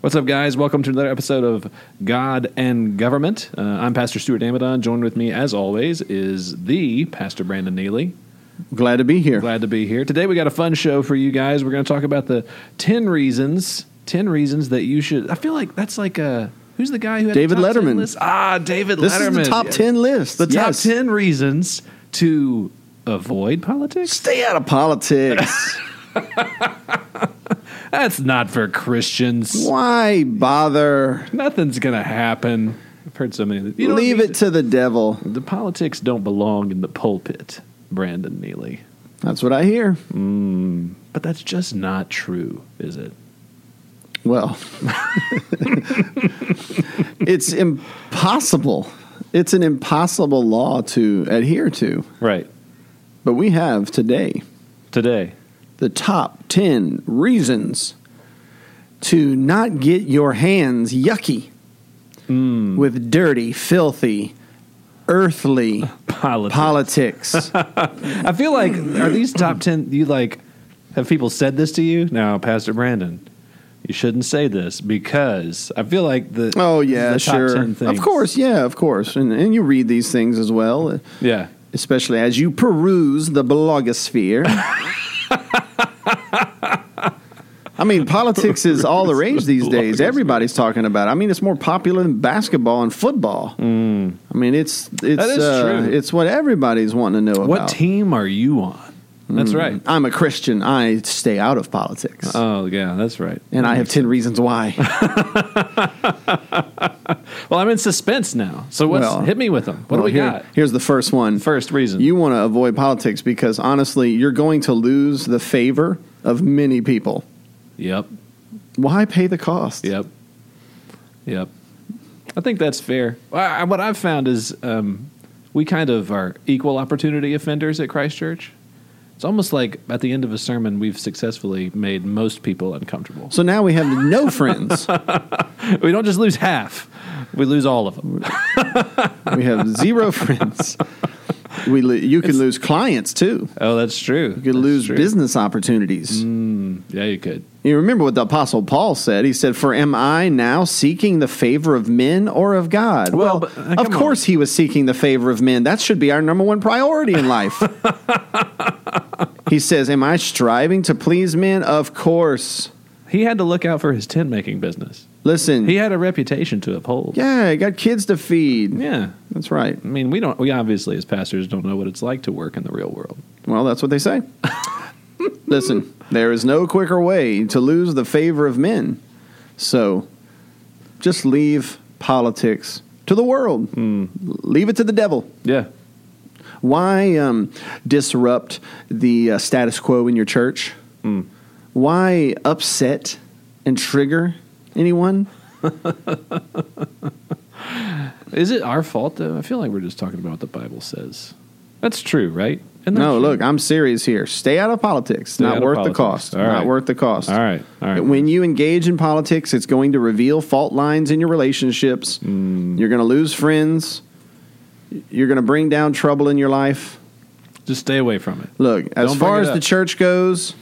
What's up, guys? Welcome to another episode of God and Government. Uh, I'm Pastor Stuart Amadon. Joined with me, as always, is the Pastor Brandon Neely. Glad to be here. Glad to be here. Today, we got a fun show for you guys. We're going to talk about the 10 reasons, 10 reasons that you should. I feel like that's like a. Who's the guy who had the David top 10 Letterman. list? Ah, David This Letterman. is the top ten list. The top Yes. 10 reasons to avoid politics? Stay out of politics. That's not for Christians. Why bother? Nothing's going to happen. I've heard so many. You don't Leave need it to the devil. The politics don't belong in the pulpit, Brandon Neely. That's what I hear. But that's just not true, is it? Well, it's impossible. It's an impossible law to adhere to. Right. But we have today Today. the top 10 reasons to not get your hands yucky Mm. with dirty, filthy, earthly Politics. politics. I feel like are these top ten you like have people said this to you? Now, Pastor Brandon, you shouldn't say this because I feel like the Oh yeah, the top sure. 10 things- Of course, yeah, of course. And and you read these things as well, Yeah. especially as you peruse the blogosphere. I mean, politics is all the rage these days. Everybody's talking about. it. I mean, it's more popular than basketball and football. I mean, it's it's Mm. is uh, true. it's what everybody's wanting to know What about. Hmm. team are you on? That's right. I'm a Christian. I stay out of politics. Oh yeah, that's right. and I have 10 reasons why. Well, I'm in suspense now. So what's Well, hit me with them? What do Well, we here- got? Here's the first one. First reason. You want to avoid politics because honestly, you're going to lose the favor of many people. Yep. Why pay the cost? Yep. Yep. I think that's fair. I, I- what I've found is um, we kind of are equal opportunity offenders at Christchurch. It's almost like at the end of a sermon, we've successfully made most people uncomfortable. So now we have no friends. We don't just lose half, we lose all of them. We have zero friends. We lo- you could lose clients too. Oh, that's true. You could lose business opportunities. Yeah, you could. You remember what the apostle Paul said? He said, "For am I now seeking the favor of men or of God?" Well, Well, but, uh, come of on. course he was seeking the favor of men. That should be our number one priority in life. he says, "Am I striving to please men?" Of course. He had to look out for his tent making business. Listen. He had a reputation to uphold. yeah, I got kids to feed. Yeah. That's right. I mean, we don't, we obviously, as pastors, don't know what it's like to work in the real world. Well, that's what they say. Listen, there is no quicker way to lose the favor of men. So just leave politics to the world. Hmm. Leave it to the devil. Yeah. Why um, disrupt the uh, status quo in your church? Hmm. Why upset and trigger anyone? Is it our fault though? I feel like we're just talking about what the Bible says. That's true, right? Isn't that No, true? look, I'm serious here. Stay out of politics. Stay out Not of worth the politics. cost. All right. Not worth the cost. All right, all right. When you engage in politics, it's going to reveal fault lines in your relationships. Mm. You're going to lose friends. You're going to bring down trouble in your life. just stay away from it. Look, as Don't far bring it as the up. church goes,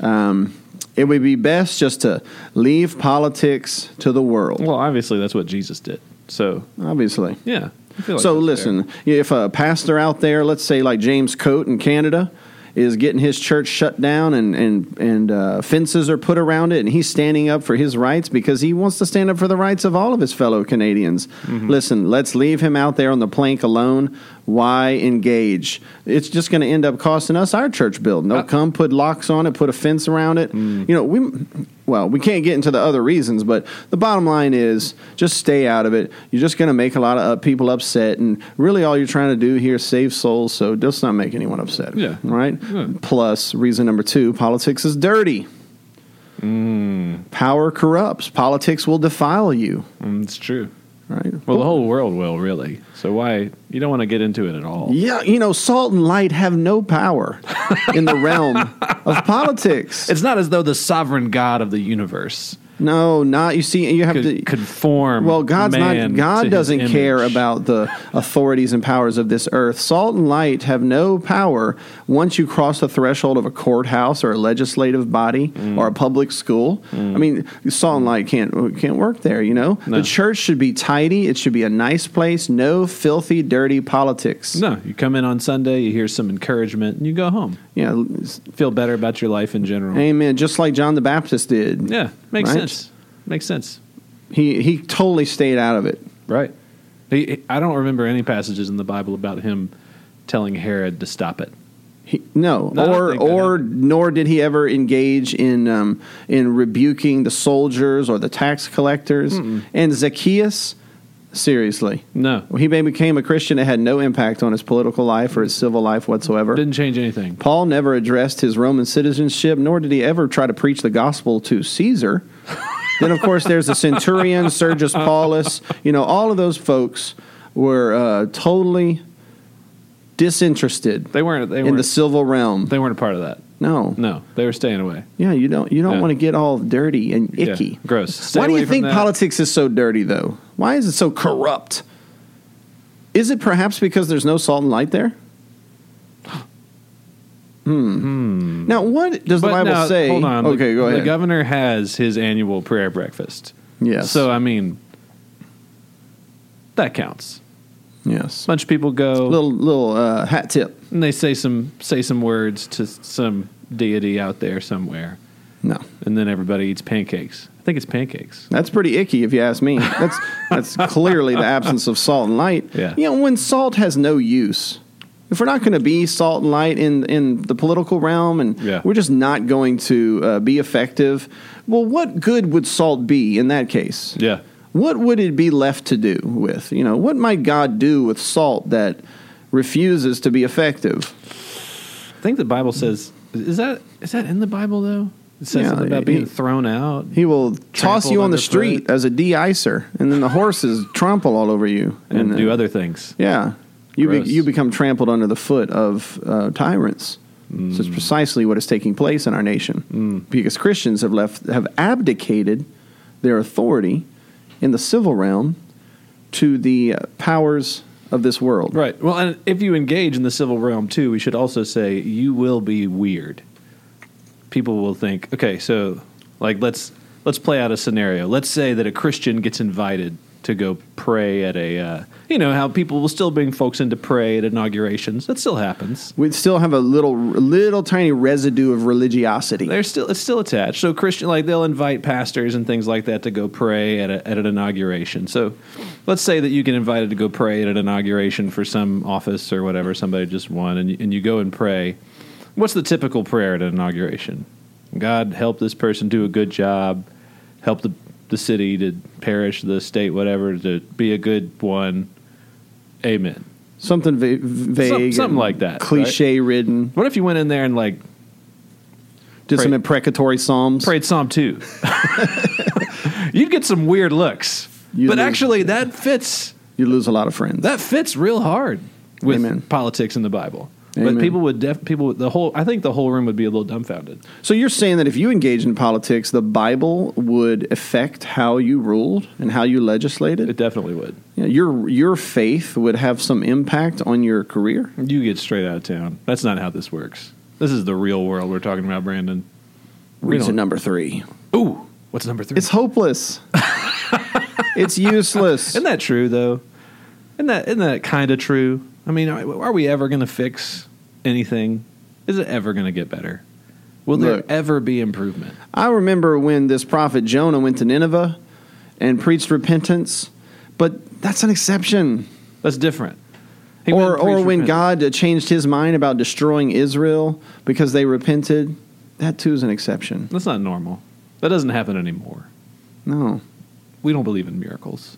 um, it would be best just to leave politics to the world, Well, obviously that's what Jesus did. So obviously. yeah. I feel like so that's listen, if a pastor out there, let's say like James Coate in Canada, is getting his church shut down and and and uh, fences are put around it, and he's standing up for his rights because he wants to stand up for the rights of all of his fellow Canadians. Mm-hmm. Listen, let's leave him out there on the plank alone. Why engage? It's just going to end up costing us our church building. They'll Uh, come put locks on it, put a fence around it. Mm. You know, we well, we can't get into the other reasons, but the bottom line is just stay out of it. You're just going to make a lot of uh, people upset, and really all you're trying to do here is save souls, so just not make anyone upset. Yeah. Right? Yeah. Plus, reason number two politics is dirty. Power corrupts, politics will defile you. Mm, it's true. Right? Well, the whole world will really. So why you don't want to get into it at all? yeah, you know, salt and light have no power in the realm of politics. It's not as though the sovereign God of the universe No, not you see you have Could to conform. Well, God's man to not God his doesn't image. care about the authorities and powers of this earth. Salt and light have no power once you cross the threshold of a courthouse or a legislative body or a public school. I mean, salt and light can't can't work there, you know? No. The church should be tidy, it should be a nice place, no filthy dirty politics. No, you come in on Sunday, you hear some encouragement, and you go home. Yeah, Feel better about your life in general. amen, just like John the Baptist did. Yeah, makes Right? sense. Makes sense. He he totally stayed out of it. Right. He, he- I don't remember any passages in the Bible about him telling Herod to stop it. He, no, No, I don't or think that or happened. nor did he ever engage in um, in rebuking the soldiers or the tax collectors. And Zacchaeus, seriously, No, he may- became a Christian. It had no impact on his political life or his civil life whatsoever. didn't change anything. Paul never addressed his Roman citizenship, nor did he ever try to preach the gospel to Caesar. then, of course, there's the centurion, Sergius Paulus. You know, all of those folks were uh, totally disinterested They weren't. They in weren't. the civil realm. they weren't a part of that. No, No, they were staying away. yeah, you don't. You don't Yeah. want to get all dirty and Yeah, icky. gross. Stay Why do away you from think that. politics is so dirty, though? Why is it so corrupt? Is it perhaps because there's no salt and light there? Hmm. Now, what does the But Bible now, say? Hold on. Okay, the, go ahead. The governor has his annual prayer breakfast. yes. So I mean, that counts. yes. bunch of people go Little little uh, hat tip. and they say some say some words to some deity out there somewhere, No, and then everybody eats pancakes. I think it's pancakes. that's pretty icky, if you ask me. That's that's clearly the absence of salt and light. Yeah. You know, when salt has no use, if we're not going to be salt and light in in the political realm, and Yeah. we're just not going to uh, be effective, well, what good would salt be in that case? Yeah. What would it be left to do with? You know, what might God do with salt that refuses to be effective? I think the Bible says is that is that in the Bible though? It says Yeah, something about it- being it- thrown out. He will toss Trampled you on the underfoot. street as a de-icer, and then the horses trample all over you and then- do other things. Yeah. You, Gross. be, you become trampled under the foot of uh, tyrants. Mm. So it's precisely what is taking place in our nation because Christians have left have abdicated their authority in the civil realm to the uh, powers of this world. Right. Well, and if you engage in the civil realm too, we should also say you will be weird. People will think, okay, so like let's let's play out a scenario. Let's say that a Christian gets invited to go pray at a, uh, you know, how people will still bring folks in to pray at inaugurations. That still happens. We still have a little little tiny residue of religiosity. They're still it's still attached. So Christian like they'll invite pastors and things like that to go pray at a, at an inauguration. So let's say that you get invited to go pray at an inauguration for some office or whatever somebody just won, and you, and you go and pray. What's the typical prayer at an inauguration? God help this person do a good job, help the the city to perish, the state, whatever, to be a good one. Amen. something va- vague, and something like that, right? cliche ridden. What if you went in there and like Did some Pray- imprecatory psalms. prayed Psalm 2. You'd get some weird looks. You but lose- actually that fits You lose a lot of friends. that fits real hard with Amen. politics in the Bible. Amen. But people would def- people would- the whole I think the whole room would be a little dumbfounded. So you're saying that if you engage in politics, the Bible would affect how you ruled and how you It legislated. definitely would. Yeah, your your faith would have some impact on your career. You get straight out of town. That's not how this works. This is the real world we're talking about, Brandon. We Reason don't- number three. Ooh, what's number 3? It's hopeless. it's useless. Isn't that true though? Isn't that isn't that kind of true? I mean, are, are we ever going to fix anything? Is it ever going to get better? Will Look. there ever be improvement? I remember when this prophet Jonah went to Nineveh and preached repentance, but that's an exception. That's different. He went or and preached or when repentance. God uh, changed his mind about destroying Israel because they repented, that too is an exception. That's not normal. That doesn't happen anymore. No. We don't believe in miracles.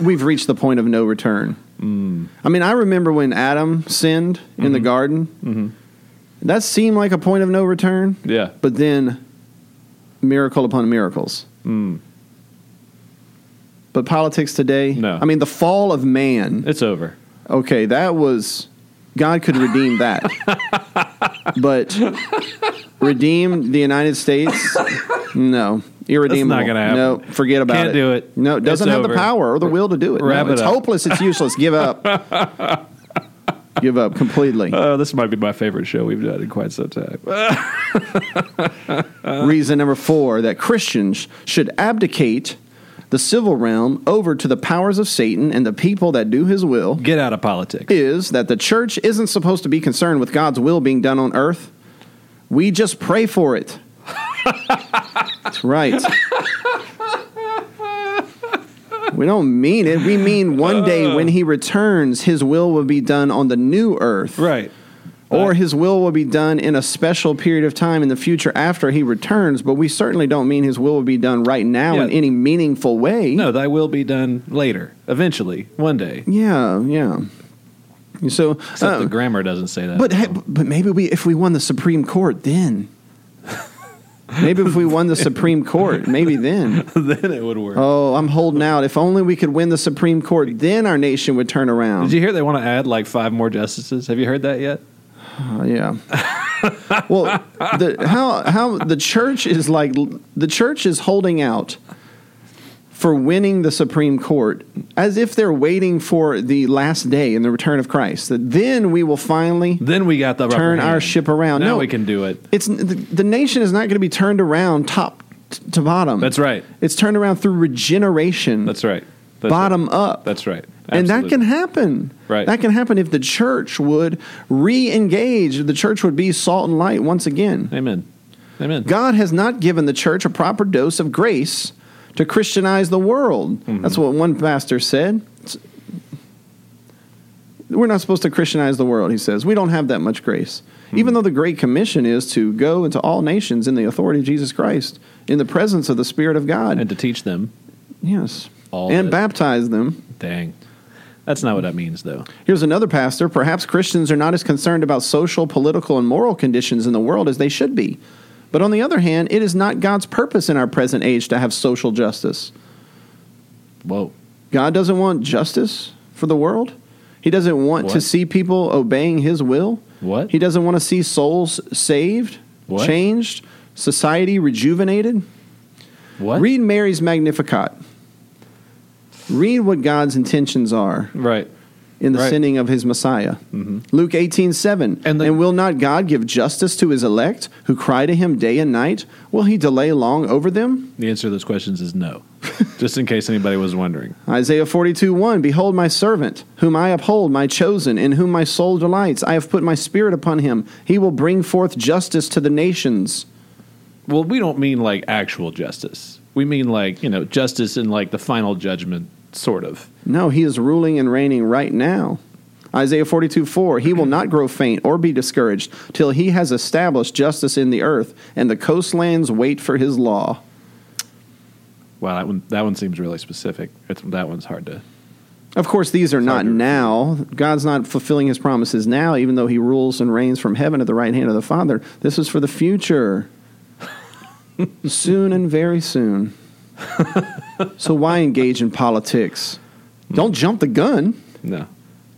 we've reached the point of no return. Mm. I mean, I remember when Adam sinned in the garden. That seemed like a point of no return, Mm-hmm. Yeah. but then miracle upon miracles. Mm. But politics today, No. I mean, the fall of man, It's over. okay, that was, God could redeem that. but redeem the United States, No, irredeemable. That's not gonna happen. No, forget about Can't it. do it. No, it doesn't It's have the over. power or the will to do it. No, Wrap it it's up. hopeless. It's useless. Give up. Give up completely. Uh, this might be my favorite show we've done in quite some time. Reason number four that Christians should abdicate the civil realm over to the powers of Satan and the people that do his will Get out of politics. is that the church isn't supposed to be concerned with God's will being done on earth. We just pray for it. That's right. We don't mean it. We mean one Uh. day when he returns, his will will be done on the new earth. Right. Or his will will be done in a special period of time in the future after he returns, but we certainly don't mean his will will be done right now in Yeah. any meaningful way. No, thy will be done later, eventually, one day. Yeah, yeah. So, Except uh, the grammar doesn't say that. but hey, but maybe we if we won the Supreme Court then. maybe if we won the Supreme Court, maybe then. then it would work. Oh, I'm holding out. If only we could win the Supreme Court, then our nation would turn around. Did you hear they want to add like five more justices? Have you heard that yet? Oh, yeah. well, the, how how the church is like the church is holding out for winning the Supreme Court as if they're waiting for the last day and the return of Christ. That then we will finally Then we got the upper Turn our hand. ship around. Now No. we can do it. it's the, the nation is not going to be turned around top t- to bottom. That's right. It's turned around through regeneration. That's right. That's bottom right. up. That's right. And that Absolutely. can happen. Right. That can happen if the church would re-engage. The church would be salt and light once again. Amen. Amen. God has not given the church a proper dose of grace to Christianize the world. Mm-hmm. That's what one pastor said. It's- we're not supposed to Christianize the world, he says. We don't have that much grace. Hmm. Even though the Great Commission is to go into all nations in the authority of Jesus Christ, in the presence of the Spirit of God. And to teach them. yes. All and that- baptize them. Dang. That's not what that means, though. Here's another pastor. Perhaps Christians are not as concerned about social, political, and moral conditions in the world as they should be. But on the other hand, it is not God's purpose in our present age to have social justice. Whoa. God doesn't want justice for the world. He doesn't want to What? see people obeying his will. What? He doesn't want to see souls saved, What? changed, society rejuvenated. What? Read Mary's Magnificat. Read what God's intentions are Right. in the Right. Mm-hmm. sending of his Messiah. Luke eighteen seven. And the- and will not God give justice to his elect who cry to him day and night? Will he delay long over them? The answer to those questions is no. Just in case anybody was wondering. Isaiah 42 1 Behold, my servant, whom I uphold, my chosen, in whom my soul delights. I have put my spirit upon him. He will bring forth justice to the nations. Well, we don't mean like actual justice. We mean like, you know, justice in like the final judgment, sort of. No, he is ruling and reigning right now. Isaiah 42 4 He will not grow faint or be discouraged till he has established justice in the earth, and the coastlands wait for his law. Wow, that one, that one seems really specific. It's, that one's hard to. Of course, these are not Cyber- now. God's not fulfilling his promises now, even though he rules and reigns from heaven at the right hand of the Father. This is for the future. soon and very soon. so why engage in politics? Don't jump the gun. No.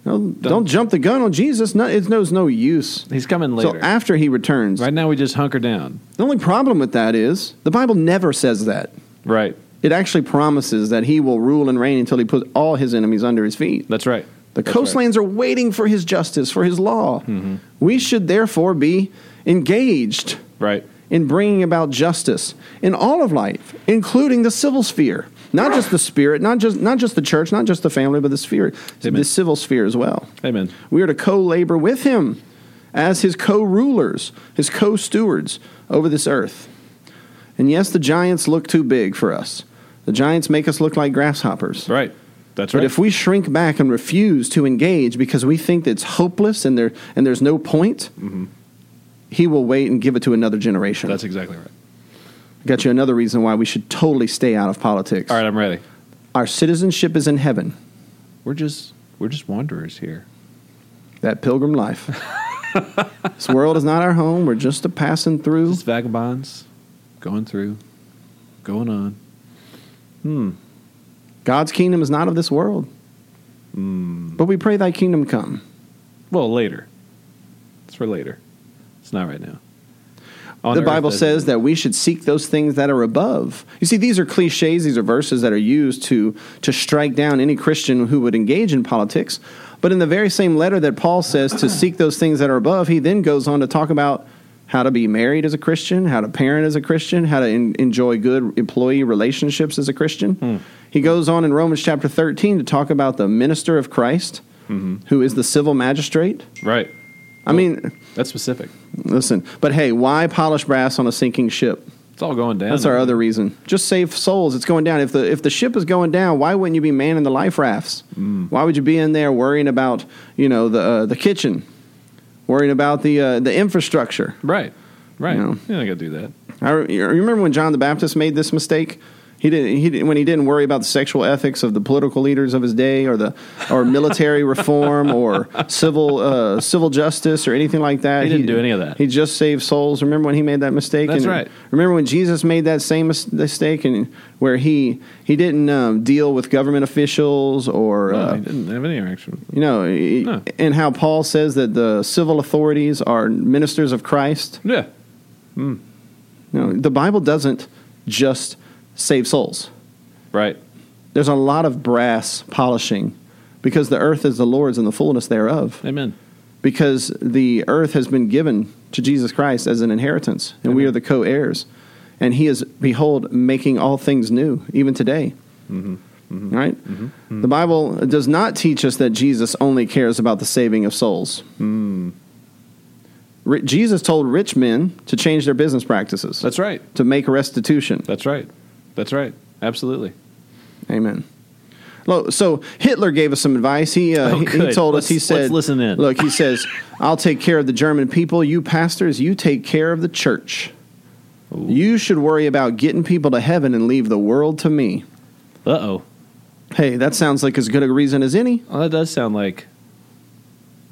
No, don't, jump the gun on Jesus. No, it's, no, it's no use. He's coming later. So after he returns. right now, we just hunker down. The only problem with that is the Bible never says that. Right. It actually promises that he will rule and reign until he puts all his enemies under his feet. That's right. The That's right. Mm-hmm. coastlands are waiting for his justice, for his law. We should therefore be engaged Right. in bringing about justice in all of life, including the civil sphere. Not just the spirit, not just, not just the church, not just the family, but the sphere, Amen. the civil sphere as well. Amen. We are to co labor with him as his co rulers, his co stewards over this earth. And yes, the giants look too big for us. The giants make us look like grasshoppers. Right. That's But right. if we shrink back and refuse to engage because we think that it's hopeless and there and there's no point, he will wait and give it to another generation. Mm-hmm. That's exactly right. Got you another reason why we should totally stay out of politics. All right, I'm ready. Our citizenship is in heaven, We're just we're just wanderers here. that pilgrim life. this world is not our home. We're just a passing through. Just vagabonds going through, going on. God's kingdom is not of this world. Hmm. But we pray thy kingdom come. Well, later. It's for later. It's not right now. on the earth Bible as- says that we should seek those things that are above. You see, these are cliches, these are verses that are used to, to strike down any Christian who would engage in politics. But in the very same letter that Paul says to seek those things that are above, he then goes on to talk about how to be married as a Christian, how to parent as a Christian, how to en- enjoy good employee relationships as a Christian. Hmm. He goes on in Romans chapter 13 to talk about the minister of Christ, Mm-hmm. who is the civil magistrate. Right. I mean, That's specific. listen, but hey, why polish brass on a sinking ship? It's all going down. That's our other reason. Just save souls. It's going down. If the if the ship is going down, why wouldn't you be manning the life rafts? Why would you be in there worrying about you know the uh, the kitchen, worrying about the uh, the infrastructure? Right. Right. No. Yeah, I got to do that. I re- you remember when John the Baptist made this mistake. He didn't, he didn't. When he didn't worry about the sexual ethics of the political leaders of his day, or the or military reform, or civil uh, civil justice, or anything like that. He didn't do any of that. He just saved souls. Remember when he made that mistake? That's And right. Remember when Jesus made that same mis- mistake, and where he he didn't um, deal with government officials or. No, uh, he didn't have any interaction. you know, i- No. and how Paul says that the civil authorities are ministers of Christ. Yeah. No, the Bible doesn't just save souls. Right. There's a lot of brass polishing because the earth is the Lord's and the fullness thereof. Amen. Because the earth has been given to Jesus Christ as an inheritance, and we Amen. are the co heirs. And he is, behold, making all things new, even today. Mm-hmm. All right? The Bible does not teach us that Jesus only cares about the saving of souls. Mm. Ri- Jesus told rich men to change their business practices, That's right. to make restitution. That's right. That's right. Absolutely. Amen. Lo- So Hitler gave us some advice. He uh, Oh, he- he good. told us. Let's- He said, let's listen in. Look, he says, "I'll take care of the German people. You pastors, you take care of the church. You should worry about getting people to heaven and leave the world to me." Uh oh. Hey, that sounds like as good a reason as any. Well, Oh, that does sound like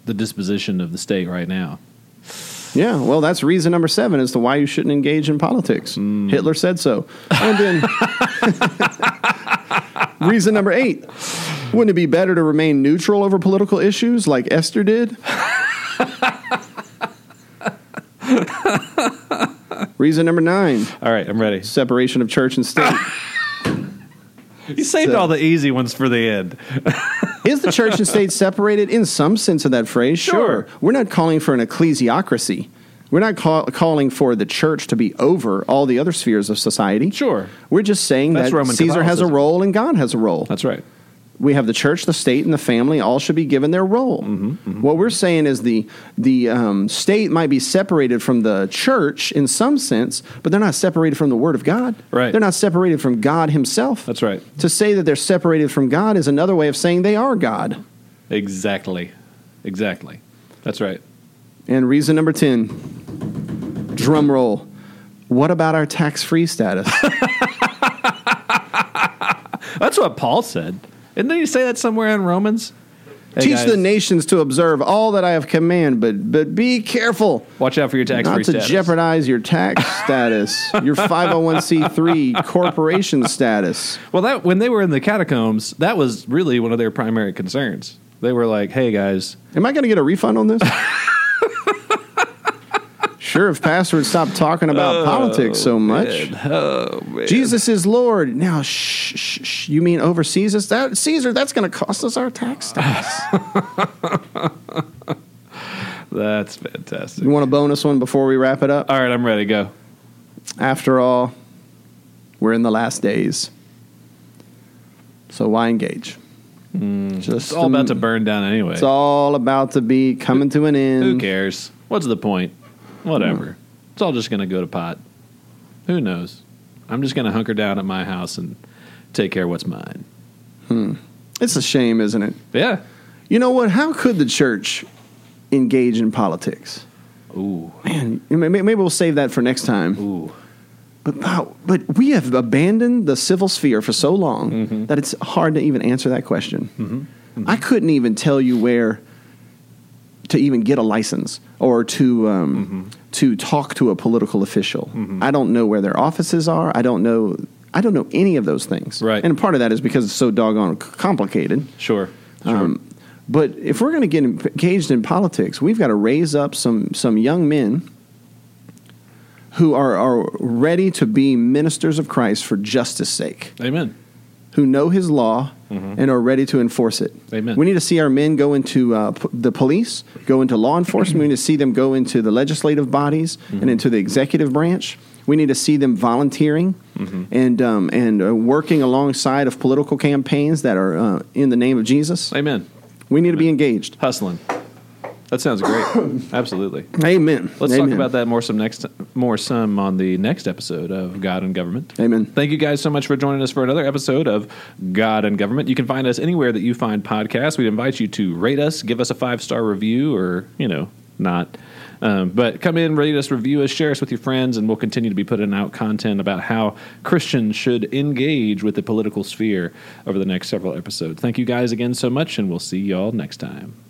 the disposition of the state right now. Yeah. Well, that's reason number seven as to why you shouldn't engage in politics. Hitler said so. And then reason number eight: Wouldn't it be better to remain neutral over political issues like Esther did? reason number nine: All right, I'm ready. Separation of church and state. You saved So- all the easy ones for the end. Is the church and state separated in some sense of that phrase? Sure. We're not calling for an ecclesiocracy. We're not call- calling for the church to be over all the other spheres of society. Sure. We're just saying That's that Roman Caesar has a Catholicism. role and God has a role. That's right. we have the church, the state, and the family all should be given their role. Mm-hmm, What we're saying is the the um, state might be separated from the church in some sense, but they're not separated from the Word of God. Right. They're not separated from God Himself. That's right. To say that they're separated from God is another way of saying they are God. Exactly. Exactly. That's right. And reason number 10, drum roll. What about our tax free status? That's what Paul said. Didn't he say that somewhere in Romans? Hey, Teach the guys, nations to observe all that I have command, but, but be careful Watch out for your tax not to jeopardize your tax status, your 501c3 corporation status. Well, that when they were in the catacombs, that was really one of their primary concerns. They were like, "Hey guys, Am I going to get a refund on this? sure, if Pastor would stop talking about politics so much. oh man, Jesus is Lord. Now, shh, shh, shh. You mean over Caesar? That, Caesar, that's going to cost us our tax status. that's fantastic." You want a bonus one before we wrap it up? All right, I'm ready. Go. After all, we're in the last days. So why engage? Just Hmm. It's all about to burn down anyway. It's all about to be coming to an end. Who cares? What's the point? Whatever. Hmm. It's all just going to go to pot. Who knows? I'm just going to hunker down at my house and take care of what's mine. It's a shame, isn't it? Yeah. You know what? How could the church engage in politics? Ooh. Man, may- may- maybe we'll save that for next time. Ooh. But wow, but we have abandoned the civil sphere for so long that it's hard to even answer that question. I couldn't even tell you where to even get a license or to um, to talk to a political official. I don't know where their offices are. I don't know. I don't know any of those things. Right. And part of that is because it's so doggone c- complicated. Sure. Um, but if we're going to get en- engaged in politics, we've got to raise up some some young men who are, are ready to be ministers of Christ for justice sake, Amen. who know his law and are ready to enforce it. Mm-hmm. Amen. We need to see our men go into uh, p- the police, go into law enforcement. we need to see them go into the legislative bodies Mm-hmm. and into the executive branch. We need to see them volunteering Mm-hmm. and, um, and uh, working alongside of political campaigns that are uh, in the name of Jesus. Amen. We need to be engaged. Hustling. That sounds great. Absolutely. Amen. Let's Amen. talk about that more some next more some on the next episode of God and Government. Amen. Thank you guys so much for joining us for another episode of God and Government. You can find us anywhere that you find podcasts. We'd invite you to rate us, give us a five star review, or you know, not. Um, but come in, rate us, review us, share us with your friends, and we'll continue to be putting out content about how Christians should engage with the political sphere over the next several episodes. Thank you guys again so much, and we'll see y'all next time.